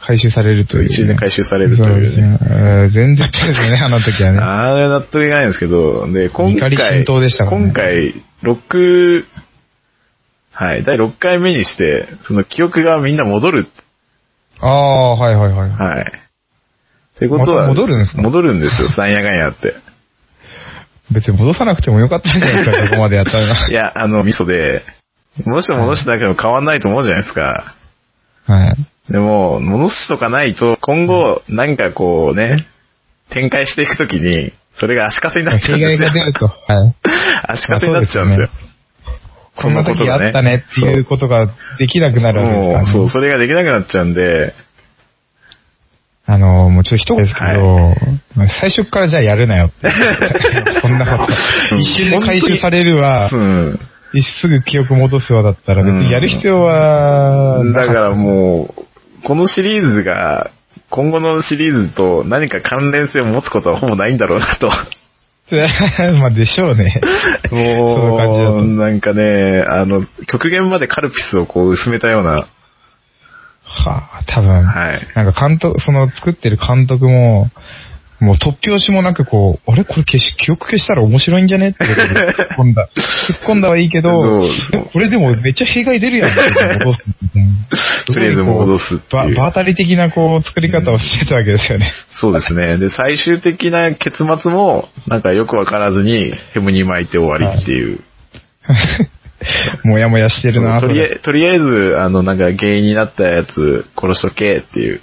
B: 回収されるというね。
A: 一瞬で回収されると
B: そ
A: いううね
B: ですね。うん全然です ね、あの時はね。
A: あれ納得いかないんですけど、で、今
B: 怒り
A: 回、
B: 浸透でしたからね
A: 今回、6、はい、第6回目にして、その記憶がみんな戻る。
B: ああ、はいはいはい。
A: はい。ってことは、
B: また戻るんですか
A: 戻るんですよ、三夜間や って。
B: 別に戻さなくてもよかったんじゃないですか、ここまでやったら。
A: いや、あの、ミソで、戻しても戻してなくても変わんないと思うじゃないですか。
B: はい。
A: でも、戻すとかないと、今後、なんかこうね、展開していくときに、それが足かせになっちゃうん
B: 弊
A: で
B: 害
A: すよ
B: が出。ると。はい。
A: 足かせになっちゃうんですよ。
B: こんな時あったねっていうことができなくなるわけです
A: もう、
B: から、
A: そう、
B: ね。
A: それができなくなっちゃうんで、
B: あの、もうちょっと一言ですけど、最初からじゃあや るなよって。そんなこと。一瞬で回収されるわ
A: う、ん。
B: すぐ記憶戻すわだったら別にやる必要は
A: だ
B: な
A: か
B: かっ
A: らもう、このシリーズが、今後のシリーズと何か関連性を持つことはほぼないんだろうなと。
B: た。 まあでしょうね。そんな感じだ
A: も
B: と
A: う、なんかね、あの、極限までカルピスをこう薄めたような、
B: はあ、多分。
A: はい
B: なんか監督、その作ってる監督も、もう突拍子もなくこう、あれこれ消し、記憶消したら面白いんじゃねってことで突っ込んだ。突っ込んだはいいけど
A: そう、
B: これでもめっちゃ弊害出るやんって戻すみたいな。
A: とりあえず戻すっていう
B: ば場当たり的なこう、作り方をしてたわけですよ ね。
A: そうですね。で、最終的な結末も、なんかよくわからずに、ヘムに巻いて終わりっていう。
B: もやもやしてるな
A: とりあ
B: それ
A: えとりあえず、あの、なんか原因になったやつ殺しとけっていう。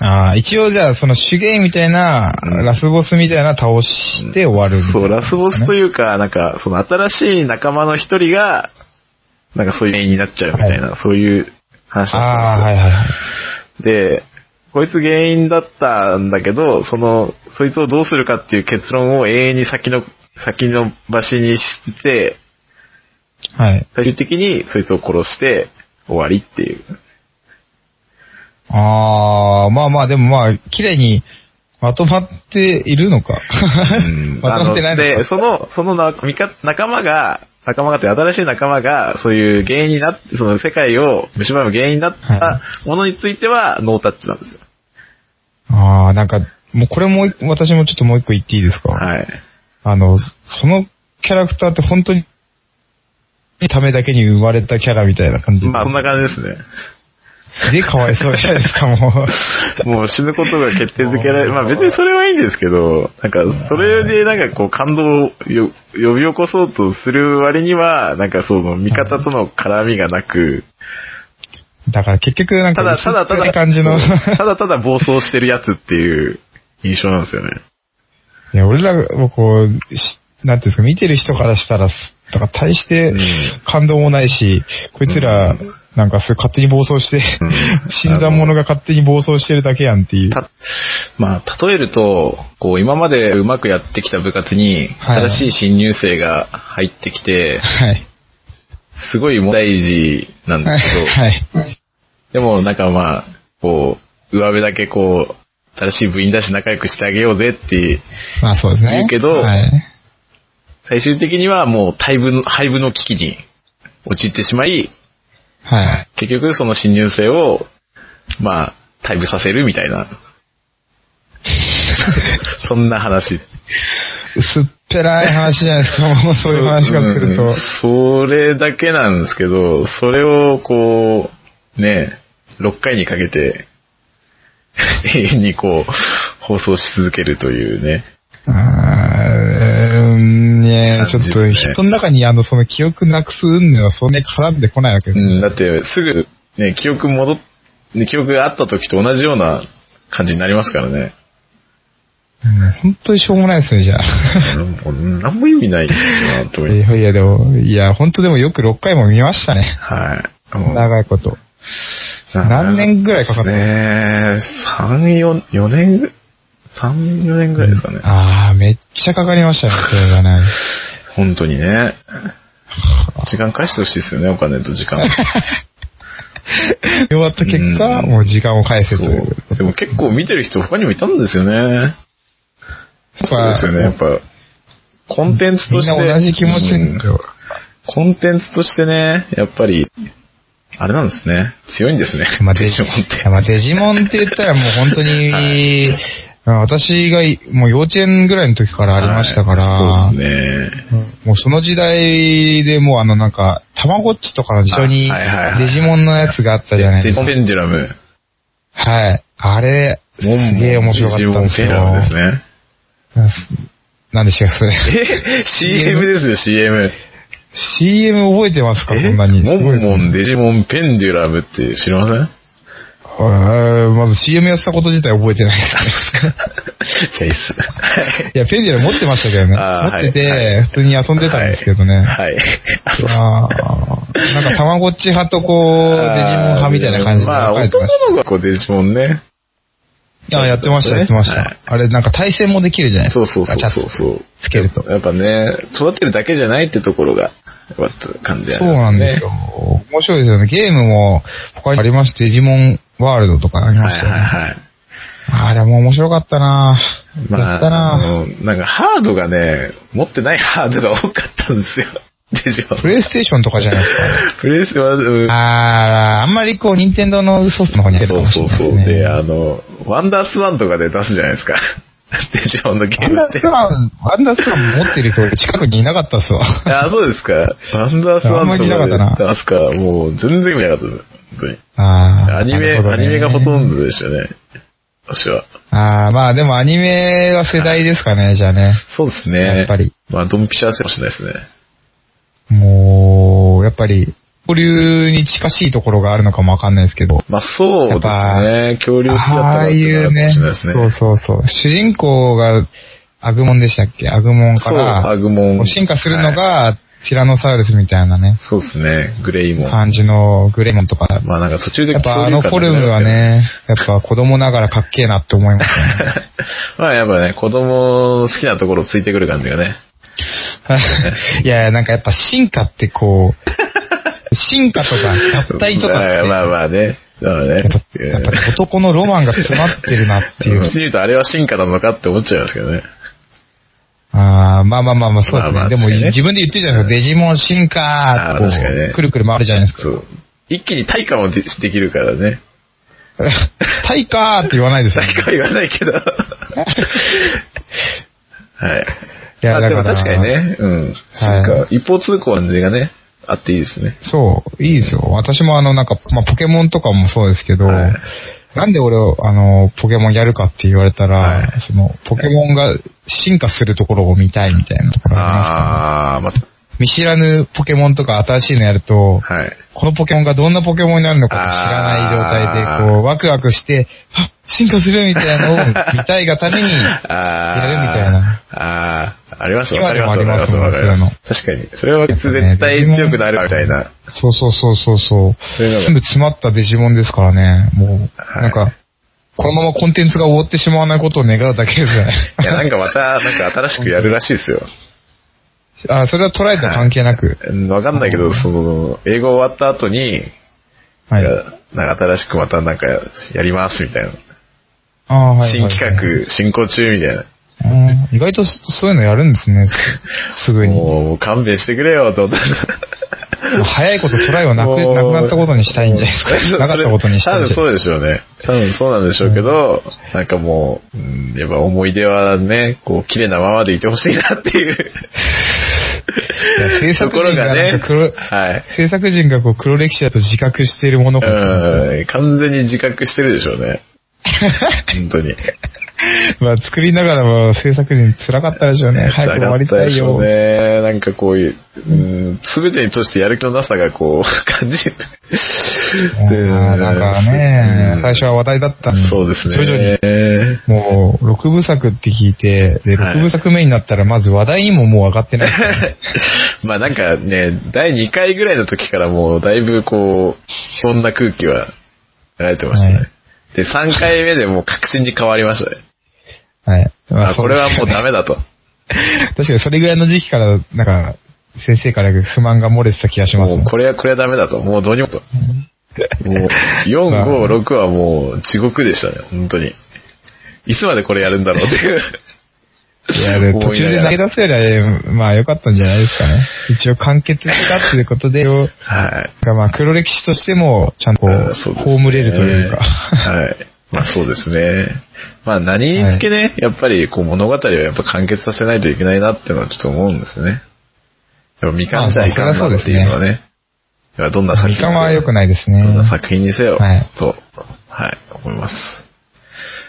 B: ああ、一応じゃあその手芸みたいな、
A: うん
B: ラスボスみたいな倒して終わるみたい
A: そう、
B: な。
A: ラスボスというか、なんか、その新しい仲間の一人が、なんかそういう原因になっちゃうみたいな、そういう話
B: あ
A: だ
B: あ、
A: ったん
B: は
A: で
B: いはい
A: す
B: はい。
A: よ。で、こいつ原因だったんだけど、その、そいつをどうするかっていう結論を永遠に先の、先延ばしにして、
B: はい。
A: 最終的にそいつを殺して終わりっていう。
B: ああ、まあまあ、でもまあ、綺麗にまとまっているのか。 まとまってない
A: あので、
B: のか。
A: その、そのな味方仲間が、仲間がという新しい仲間が、そういう原因になって、その世界を蝕む原因になっ
B: は
A: たものについては、ノータッチなんですよ。
B: ああ、なんか、もうこれもう一個、私もちょっともう一個言っていいですか。
A: はい。
B: あの、そのキャラクターって本当に、ためだけに生まれたキャラみたいな感じで。
A: まあ、そんな感じですね。
B: すげえかわいそうじゃないですか、もう。
A: もう死ぬことが決定づけら れ、まあ別にそれはいいんですけど、なんか、それでなんかこう感動をよ呼び起こそうとする割には、なんかその味方との絡みがなく、
B: だから結局なんか、
A: ただただた
B: 薄っぺら
A: だ、
B: い感じの。
A: ただただ暴走してるやつっていう印象なんですよね。
B: いや、俺らもこう、しなんていうんですか、見てる人からしたら、すだから大して
A: うん
B: 感動もないし、こいつら、なんかそういう勝手に暴走して、
A: うん
B: 死んだ者が勝手に暴走してるだけやんっていう。
A: た、まあ、例えると、こう、今までうまくやってきた部活に、
B: は
A: 新
B: い
A: しい新入生が入ってきて、
B: はい。
A: すごい問題児なんで
B: は
A: すけど、
B: い。
A: でもなんかまあ、こう、上辺だけこう、新しい部員だし仲良くしてあげようぜって、
B: まあそうですね。
A: 言うけど
B: はい。
A: 最終的にはもう大分の、廃部の危機に陥ってしまい、
B: はい。
A: 結局その新入生を、まあ、退部させるみたい な。そんな話。
B: 薄っぺらい話じゃないで すか、もうそういう話が来ると。
A: うんそれだけなんですけど、それをこう、ね、6回にかけて、永遠にこう、放送し続けるというね。
B: あーうんねえちょ
A: 感じで
B: っ
A: す
B: と
A: ね
B: 人の中にあの、その記憶なくす運命はそんなに絡んでこないわけです
A: う
B: ね
A: ん、だってすぐ、ね、記憶戻っ、ね記憶があった時と同じような感じになりますからね。
B: うん本当にしょうもないですね、じゃあ。
A: もう何も意味ないなと思
B: い
A: い
B: やいや、でも、いや、本当でもよく6回も見ましたね。
A: はい。もう
B: 長いこと。何年ぐらいかかった
A: ねえ、3、4、4年ぐ、 3、4年ぐらいですかね。
B: ああ、めっちゃかかり ましたね、それがね。
A: 本当にね。時間返してほしいですよね、お金と時間。
B: 終わった結果、
A: うん
B: もう時間を返せと
A: そ
B: いう。
A: う。でも結構見てる人他にもいたんですよね。
B: そう
A: そうですよね、やっぱ。コンテンツと
B: み
A: し
B: ん
A: て。
B: な同じ気持ち
A: うんコンテンツとしてね、やっぱり、あれなんですね。強いんですね。
B: まあ、デ
A: デ
B: ジ
A: ジモンって。
B: まあ、デジモンって言ったらもう本当に、
A: は
B: 私がいもう幼稚園ぐらいの時からありましたから、
A: はいそうですね。
B: うんもうその時代でもうあのなんか、たまごっちとかの時代に
A: あはいはいはい
B: デジモンのやつがあったじゃない
A: デ
B: で
A: ジモ
B: す
A: ン
B: か。
A: ペンデュラム。
B: はい。あれ、す
A: モンモン
B: げえ面白かったんです
A: デジ。モンペ
B: よ
A: ンデュラム
B: うんすなんでしたっけそれ。
A: ですね。え ?CM ですよ、CM。
B: CM 覚えてますかこ
A: え
B: んなに。
A: モン
B: すご
A: モ
B: いですね
A: ン、デジモン、ペンデュラムって知りません
B: あーまず CM やってたこと自体覚えてないです。
A: じゃあいいっす。 はい
B: いや、ペンデュラム持ってましたけどね。
A: あー
B: 持ってて、
A: はいはい
B: 普通に遊んでたんですけどね。
A: はい。
B: あーなんか、たまごっち派とこう、デジモン派みたいな感じで
A: まあ、
B: 分かれて
A: 男
B: ました。
A: の子はこうデジモンね。
B: あやってました、やってました。
A: はい
B: あれ、なんか対戦もできるじゃないです
A: そ
B: か。
A: うそうそう
B: ガチャ
A: そ
B: ッ
A: う
B: と
A: そう。
B: つけると。
A: やっぱね、育てるだけじゃないってところが、よかった感じあ
B: そ
A: り
B: う
A: ま
B: な
A: す
B: ん
A: ね。
B: ですよ。面白いですよね。ゲームも他にありまして、デジモンワールドとかありま
A: は
B: し
A: い
B: たよね。
A: はいはい。
B: あれも面白かったな
A: ま
B: やった
A: あ、あ
B: な
A: の、なんかハードがね、持ってないハードが多かったんですよ。デジモン
B: プ。レイステーションとかじゃないですか。
A: プレイスは、うん
B: あー、あんまりこう、任天堂のソフトの方に出る
A: そ
B: か
A: う
B: もし
A: そ
B: れ
A: う
B: ない
A: そう。
B: ですね。
A: で、あの、ワンダースワンとかで出すじゃないですか。 デジモンのゲー
B: ワン
A: ム
B: ダ
A: っ
B: ー
A: て
B: ス。ワン、ワンダースワン持ってる人、俺近くにいなかったっすわ。
A: あ、そうですか。ワンダースワンと
B: あんまりなかっ
A: か
B: た
A: で出すから、もう全然見なかったです。本当に。
B: あー
A: アニメ、
B: なるほ
A: ア
B: どね
A: ニメがほとんどでしたね。私は。
B: ああ、まあでもアニメは世代ですかね、じゃあね。
A: そうですね。
B: やっぱり。
A: まあ、ドンピシャかもしれないですね。
B: もう、やっぱり、恐竜に近しいところがあるのかもわかんないですけど。
A: まあ、そうですね。恐竜好きだった
B: あ
A: ら
B: あ
A: って
B: い
A: いううのはあるかも
B: ね
A: しれないですね。
B: そうそうそう。主人公が、アグモンでしたっけアグモンか
A: そう、ア
B: ら、
A: グモン。
B: 進化するの
A: はい
B: が、ティラノサウルスみたいなね、
A: そうですね。グレイモン。
B: 感じのグレモンとか。
A: まあ、なんか途中で
B: やっぱあ
A: 恐竜
B: の
A: 感
B: フォルムは
A: 出て
B: ね、やっぱ子供ながらかっけえなって思います ね。
A: ますけど。まあ、やっぱね、子供の好きなところをついてくる感じがね。
B: いや、なんかやっぱ進化ってこう、進化とか合体とかっ て、
A: まあまあまあね。だからね
B: やっ。ぱやっぱり男のロマンが詰まってるなってい
A: 普
B: う。
A: 通に言うとあれは進化なのかって思っちゃいますけどね。
B: あーまあまあまあまあ、そうですね。
A: まあまあ
B: でも
A: 確かにね
B: 自分で言ってるじゃないですか、デジモン進化ってこ
A: あー確かにね
B: う、くるくる回るじゃない ですか。
A: そう。一気に対価もでできるからね。
B: 対価って言わないですよね
A: 大。会は言わないけど。はい。
B: いや
A: まあ
B: だ
A: で
B: か
A: も
B: ら
A: 確かにね、うん。進化、
B: は
A: 一方通行の字がね、あっていいですね。
B: そう、いいですよ。私もあの、なんか、まあ、ポケモンとかもそうですけど、
A: はい
B: なんで俺を、あの、ポケモンやるかって言われたら、
A: はい
B: その、ポケモンが進化するところを見たいみたいなところありますから、
A: ああー、また、
B: 見知らぬポケモンとか新しいのやると、
A: はい。
B: このポケモンがどんなポケモンになるのか知らない状態で、こう、ワクワクして、あ進化するみたいなのを見たいがために、
A: あ
B: やるみたいな。
A: ああー、あります
B: 今でも
A: わかりますわかり
B: あり
A: ま
B: ます
A: わかります確かに。それは絶対強くなるみたいな。
B: そうそうそうそうそう。
A: そういうのが
B: 全部詰まったデジモンですからね。も
A: は
B: う、
A: い
B: なんか、このままコンテンツが終わってしまわないことを願うだけですね。
A: いや、なんかまた、なんか新しくやるらしいですよ。
B: あ、それは捉えた関係なく。
A: うんわかんないけど、その、英語終わった後に、
B: はい。
A: なんか新しくまたなんかやりますみたいな。
B: ああ、はい。
A: 新企画、進行中みたいな。
B: はい。うん意外とそそういうのやるんですね。すぐに。
A: もう、もう勘弁してくれよ、と思って。
B: 早いことトライをなく、
A: もう
B: なくなったことにしたいんじゃないで す
A: そ
B: か。
A: う
B: なかったことにしたい
A: 多
B: んじ
A: 分
B: ゃない
A: そうでしょうね。多分そうなんでしょうけど、なんかもう、うんやっぱ思い出はね、こう、綺麗なままでいてほしいなって いう。
B: 制
A: と
B: 作
A: ころ
B: 陣
A: が
B: がなん
A: ね
B: か黒、、
A: はい。
B: 制作陣がこう黒歴史だと自覚しているものかもしれない
A: うん、完全に自覚してるでしょうね。本当に。
B: まあ作りながらも制作陣辛かったでしょうね。早く終わりたいよ。
A: ね。なんかこういう、すべてにとしてやる気のなさがこう、 感じる。
B: あーなんかね、
A: うん
B: 最初は話題だったのに
A: そうですね。
B: 徐々に。
A: に。
B: もう、6部作って聞いて、で、
A: はい
B: 6部作目になったら、まず話題にももう上がってないです ね、
A: まあなんかね、第2回ぐらいの時からもうだいぶこう、そんな空気は流れてましたね。
B: はい
A: で、3回目でもう確信に変わりましたね。
B: はい。ま
A: あ、これはもうダメだと。
B: メ。確かにそれぐらいの時期から、なんか、先生から不満が漏れてた気がします
A: もうこれは、これはダメだと。もうどうにもと。もう、
B: まあ
A: 4、5、6はもう地獄でしたね、本当に。いつまでこれやるんだろうっていう。
B: いやで途
A: 思い
B: 中
A: な
B: で
A: がら
B: 投げ出すよりは、まあ良かったんじゃないですかね。一応完結したっていうことで、
A: はい。
B: まあ黒歴史としても、ちゃんとこ
A: あ
B: う
A: そうですね
B: 葬れるというか。
A: はい。まあそうですね。まあ何につけね、やっぱりこう物語をやっぱ完結させないといけないなってのはちょっと思うんですよね。やっぱ未完じゃいかんなっていうのはね。いやどんな作
B: 時
A: 品
B: 間は良くないですね。
A: どんな作品にせよ、
B: はい
A: と、はい、思います。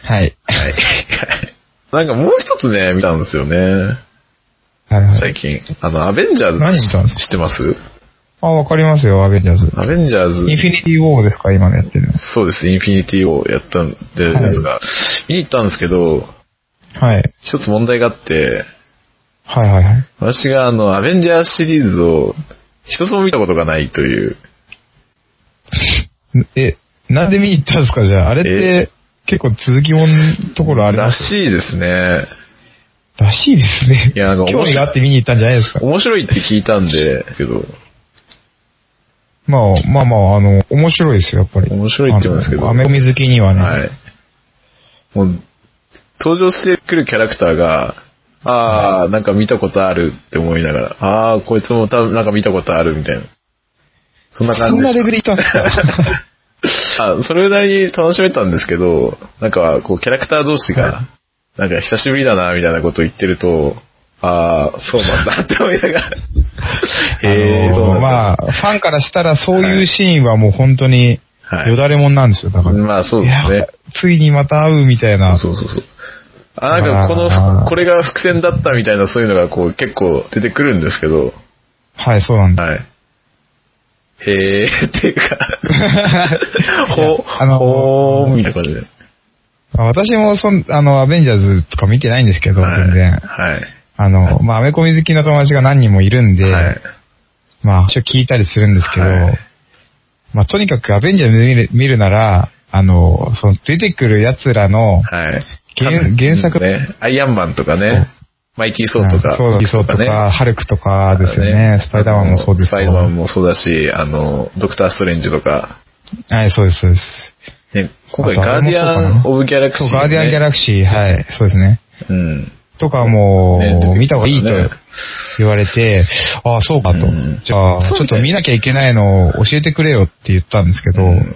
B: はい。
A: はい。 なんかもう一つね、見たんですよね。
B: はいはい。
A: 最近。あの、アベンジャーズ
B: 何見たんですか
A: 知ってます
B: あ、わかりますよ、アベンジャーズ。
A: アベンジャーズ
B: インフィニティウォーですか、今のやってるの。
A: そうです、インフィニティをやったんで、
B: はい
A: ですが、見に行ったんですけど、
B: はい。
A: 一つ問題があって、
B: はいはいはい。
A: 私があの、アベンジャーシリーズを一つも見たことがないという、
B: え、なんで見に行ったんですか、じゃあ。あれって、結構続きもんところあり
A: ら
B: ます
A: しいですね。
B: らしいですね。
A: いやなんか面白
B: 興
A: い
B: 味があって見に行ったんじゃないですか。
A: 面白いって聞いたんで、けど、
B: まあまあまあ、あの、面白いですよ、やっぱり。
A: 面白いって言うんですけど
B: あのアメコミ好きにはね。
A: はい。もう、登場してくるキャラクターが、ああ、なんか見たことあるって思いながら、ああ、こいつも多分なんか見たことあるみたいな。そんな感
B: そ
A: じ
B: ん
A: で
B: な
A: した
B: レベルいたんですか
A: あ、それなりに楽しめたんですけど、なんか、こう、キャラクター同士
B: は
A: が、なんか、久しぶりだな、みたいなことを言ってると、ああ、そうなんだって思いな がら。 へえ、
B: あ
A: そうな
B: の
A: んだ。
B: まあ、ファンからしたらそういうシーンはもう本当に、
A: はい
B: よだれもんなんですよ、だから。
A: まあ、そうです
B: いや
A: ね。
B: ついにまた会うみたいな。
A: そうそうそう。あ、なんか、こ
B: あ
A: の、
B: ー
A: これが伏線だったみたいな、そういうのが、こう、結構出てくるんですけど、
B: はい、そうなんだ。
A: はい。へえ、っていうか、 ほ、
B: あの
A: ほー、みたいな感じで。
B: まあ私もそん、あの、アベンジャーズとか見てないんですけど、
A: はい
B: 全然。
A: はい。
B: あの、まあ、アメコミ好きな友達が何人もいるんで、
A: はい。
B: まあ、一応聞いたりするんですけど、
A: はい
B: まあ、とにかくアベンジャーズ見る見るなら、あの、その出てくる奴ら
A: は
B: の、
A: い。
B: 原
A: 多分
B: 原作
A: ね。アイアンマンとかね。マイティー・ソーとか。
B: そうだそうと
A: ね
B: か、ハルクとかですよね。スパイダーマンもそうです
A: スパイダーマンもそうだし、あの、ドクター・ストレンジとか。
B: はい、そうです、そうです。
A: ね、今回
B: あとあ
A: ガー
B: れも
A: ディアン・オブ・ギャラクシー、
B: そう、
A: ね。
B: ガーディアン・ギャラクシー、はい、そうですね。
A: うん。
B: とかも
A: ね出てくるから、ね
B: 見た方がいいと言われて、ああ、そうかと
A: うん。
B: じゃあ、
A: そう
B: ちょっと
A: ね
B: 見なきゃいけないのを教えてくれよって言ったんですけど、
A: めちゃ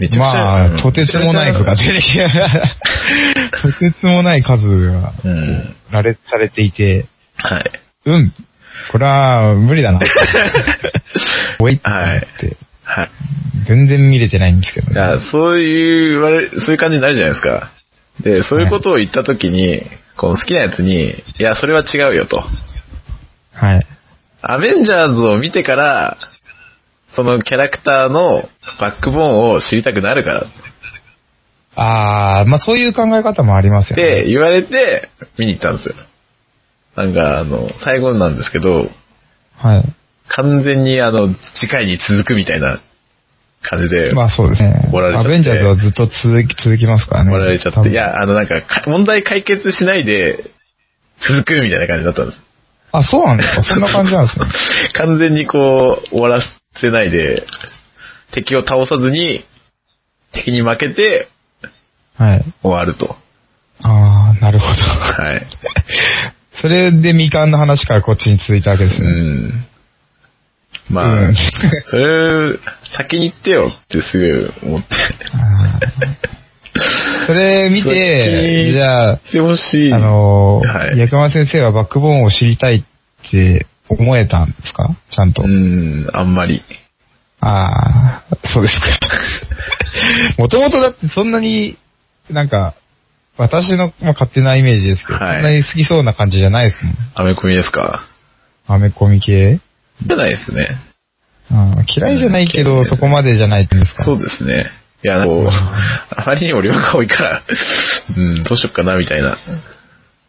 A: くちゃ。
B: まあ、とてつもない数
A: か
B: が出てきた。とてつもない数が
A: うん。
B: 羅列されていて、
A: はい。
B: うん、これは無理 だな。おいって
A: は
B: ないって、
A: はい。
B: 全然見れてないんですけど
A: い
B: ね。
A: や、そういう言われ、そういう感じになるじゃないですか。で、そういうことを言ったときに、この好きなやつに、いや、それは違うよと。
B: はい。
A: アベンジャーズを見てから、そのキャラクターのバックボーンを知りたくなるからっ
B: ああ、まあそういう考え方もありますよね。
A: て言われて見に行ったんですよ。なんかあの、最後なんですけど、
B: はい。
A: 完全にあの、次回に続くみたいな感じで、
B: まあそうですね。
A: 怒られちゃっ
B: ア
A: て
B: ベンジャーズはずっと続き、続きますからね。
A: 笑われちゃ
B: 多
A: って、
B: 分
A: いや、あのなんかか、問題解決しないで続くみたいな感じだったんです。
B: あ、そうなんですかそんな感じな んですね。
A: 完全にこう、終わらせないで、敵を倒さずに、敵に負けて
B: はい。
A: 終わると。
B: ああ、な るほど。
A: はい。
B: それで未完の話からこっちに続いたわけです
A: う
B: ね。
A: ん。まあ、
B: うん
A: それ、先に言ってよってすごい思って。
B: あ ーそれ見て、
A: そっち
B: じゃあ、
A: してほしい。
B: あの
A: はい
B: 薬丸先生はバックボーンを知りたいって思えたんですかちゃんと。
A: うん、あんまり。
B: ああ、そうですか。 もともとだってそんなに、なんか、私の、まあ、勝手なイメージですけど、
A: はい
B: そんなに好きそうな感じじゃないですもん。
A: アメコミですか
B: アメコミ系。
A: じゃないですね。
B: うん嫌いじゃないけど、そこまでじゃないっていうんですか。
A: そうですね。いや、こう、あまりにも量が多いから、うん、どうしよっかな、みたいな。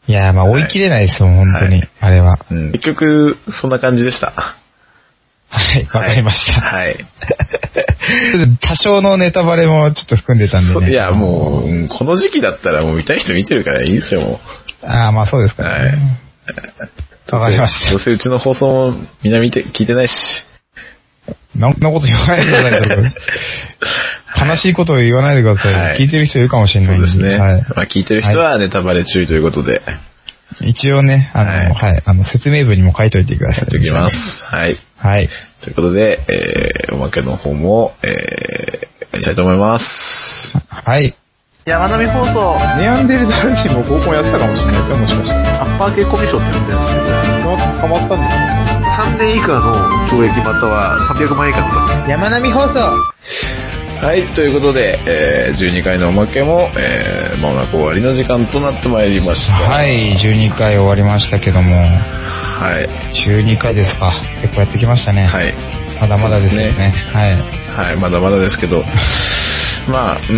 B: いやー、まあ追い切れないですもん、本当に、
A: はい
B: あれは。
A: うん、結局、そんな感じでした。
B: はい、わかりました。
A: はい。
B: 多少のネタバレもちょっと含んでたんで、
A: そう
B: ね。
A: いや、もう、うんこの時期だったらもう見たい人見てるからいいですよ、も
B: ああ、まあそうですか、ね。
A: う。
B: わかりまし
A: どうせうちの放送もみんな見て、聞いてないし。
B: た。なんなこと言わないでくださいそれ、悲しいことを言わないでください。
A: はい
B: 聞いてる人いるかもしれ
A: そ
B: ないう
A: です
B: ん
A: ね。
B: はい
A: まあ聞いてる人はネタバレ注意ということで、
B: 一応ね、あの、
A: は
B: はいい、あの、説明文にも書いといてください。
A: やっておきます。。はい。
B: はい。
A: ということで、えー、おまけの方も、えー、やりたいと思います。
B: はい。
A: 山並放送、
B: ネアンデルダル人も高校やってたかもしれないですよ、もしかしたら。
A: アッパー系コミションって言ってるんですけど、
B: 捕まったんですよ。
A: 3年以下の懲役または300万円以下の
B: 山並放送
A: はい、ということで、えー、12回のおまけも、えー、まもなく終わりの時間となってまいりました。
B: はい、12回終わりましたけども、
A: はい。
B: 12回ですか。結構やってきましたね。
A: はい。
B: まだまだですよ
A: そうで
B: ね。はい。
A: はい、まだまだですけど、 まあ、うー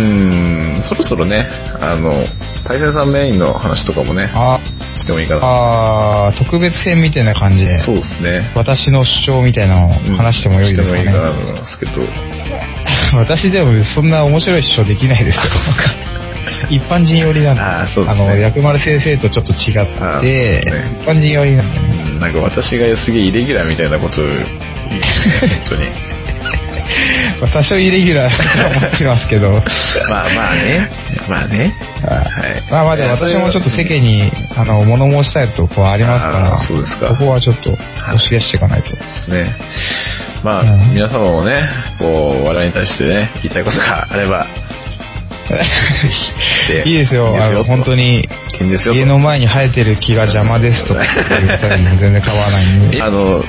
A: ん、そろそろね、あの、対戦さんメインの話とかもね、
B: あ、
A: してもいいかな。
B: あー特別編みたいな感じで、
A: そうですね。
B: 私の主張みたいなのを
A: うん
B: 話してもよいですか
A: してもいい
B: ね
A: か。なと思いますけど。
B: 私でもそんな面白い主張できないです よ。一般人寄りなんで、
A: あーそうですね
B: の、薬丸先生とちょっと違
A: あーそう
B: っ
A: で
B: て、
A: すね
B: 一般人寄りなんでね。
A: うんなんか私がすげえイレギュラーみたいなことを言 う、本当に。
B: まあ多少イレギュラーだと思ってますけど。
A: まあまあね。まあね。はい
B: まあまあでも私もちょっと世間にあの物申したいとこはありますか
A: あー
B: ら、
A: そうですか
B: ここはちょっと押し出していかないと。
A: ですね。まあ、
B: うん
A: 皆様もね、こう、我々に対してね、言いたいことがあれば、ぜひ
B: いいですよ、あの本当。に
A: いいんですよと
B: 家の前に生えてる木が邪魔で すとか言ったりも全然構わないんで
A: あ、の、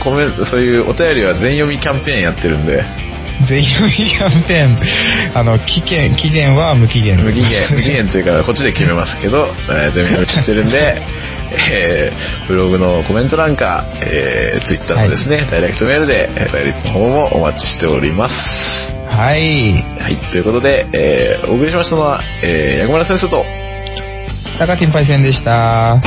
A: コメント、そういうお便りは全読みキャンペーンやってるんで、
B: 全員キャンペーン、あの、期限、期限は無期限。
A: 無期 限、無期限というか、こっちで決めますけど、えー全部読みしてるんで、えーブログのコメントなんか、えー、ツイッターのですね、ダイレクトメールで、えーダイレクトの方もお待ちしております。
B: はい。
A: はい、ということで、えーお送りしましたのは、えー、薬丸先生と、
B: 高金パイセンでした。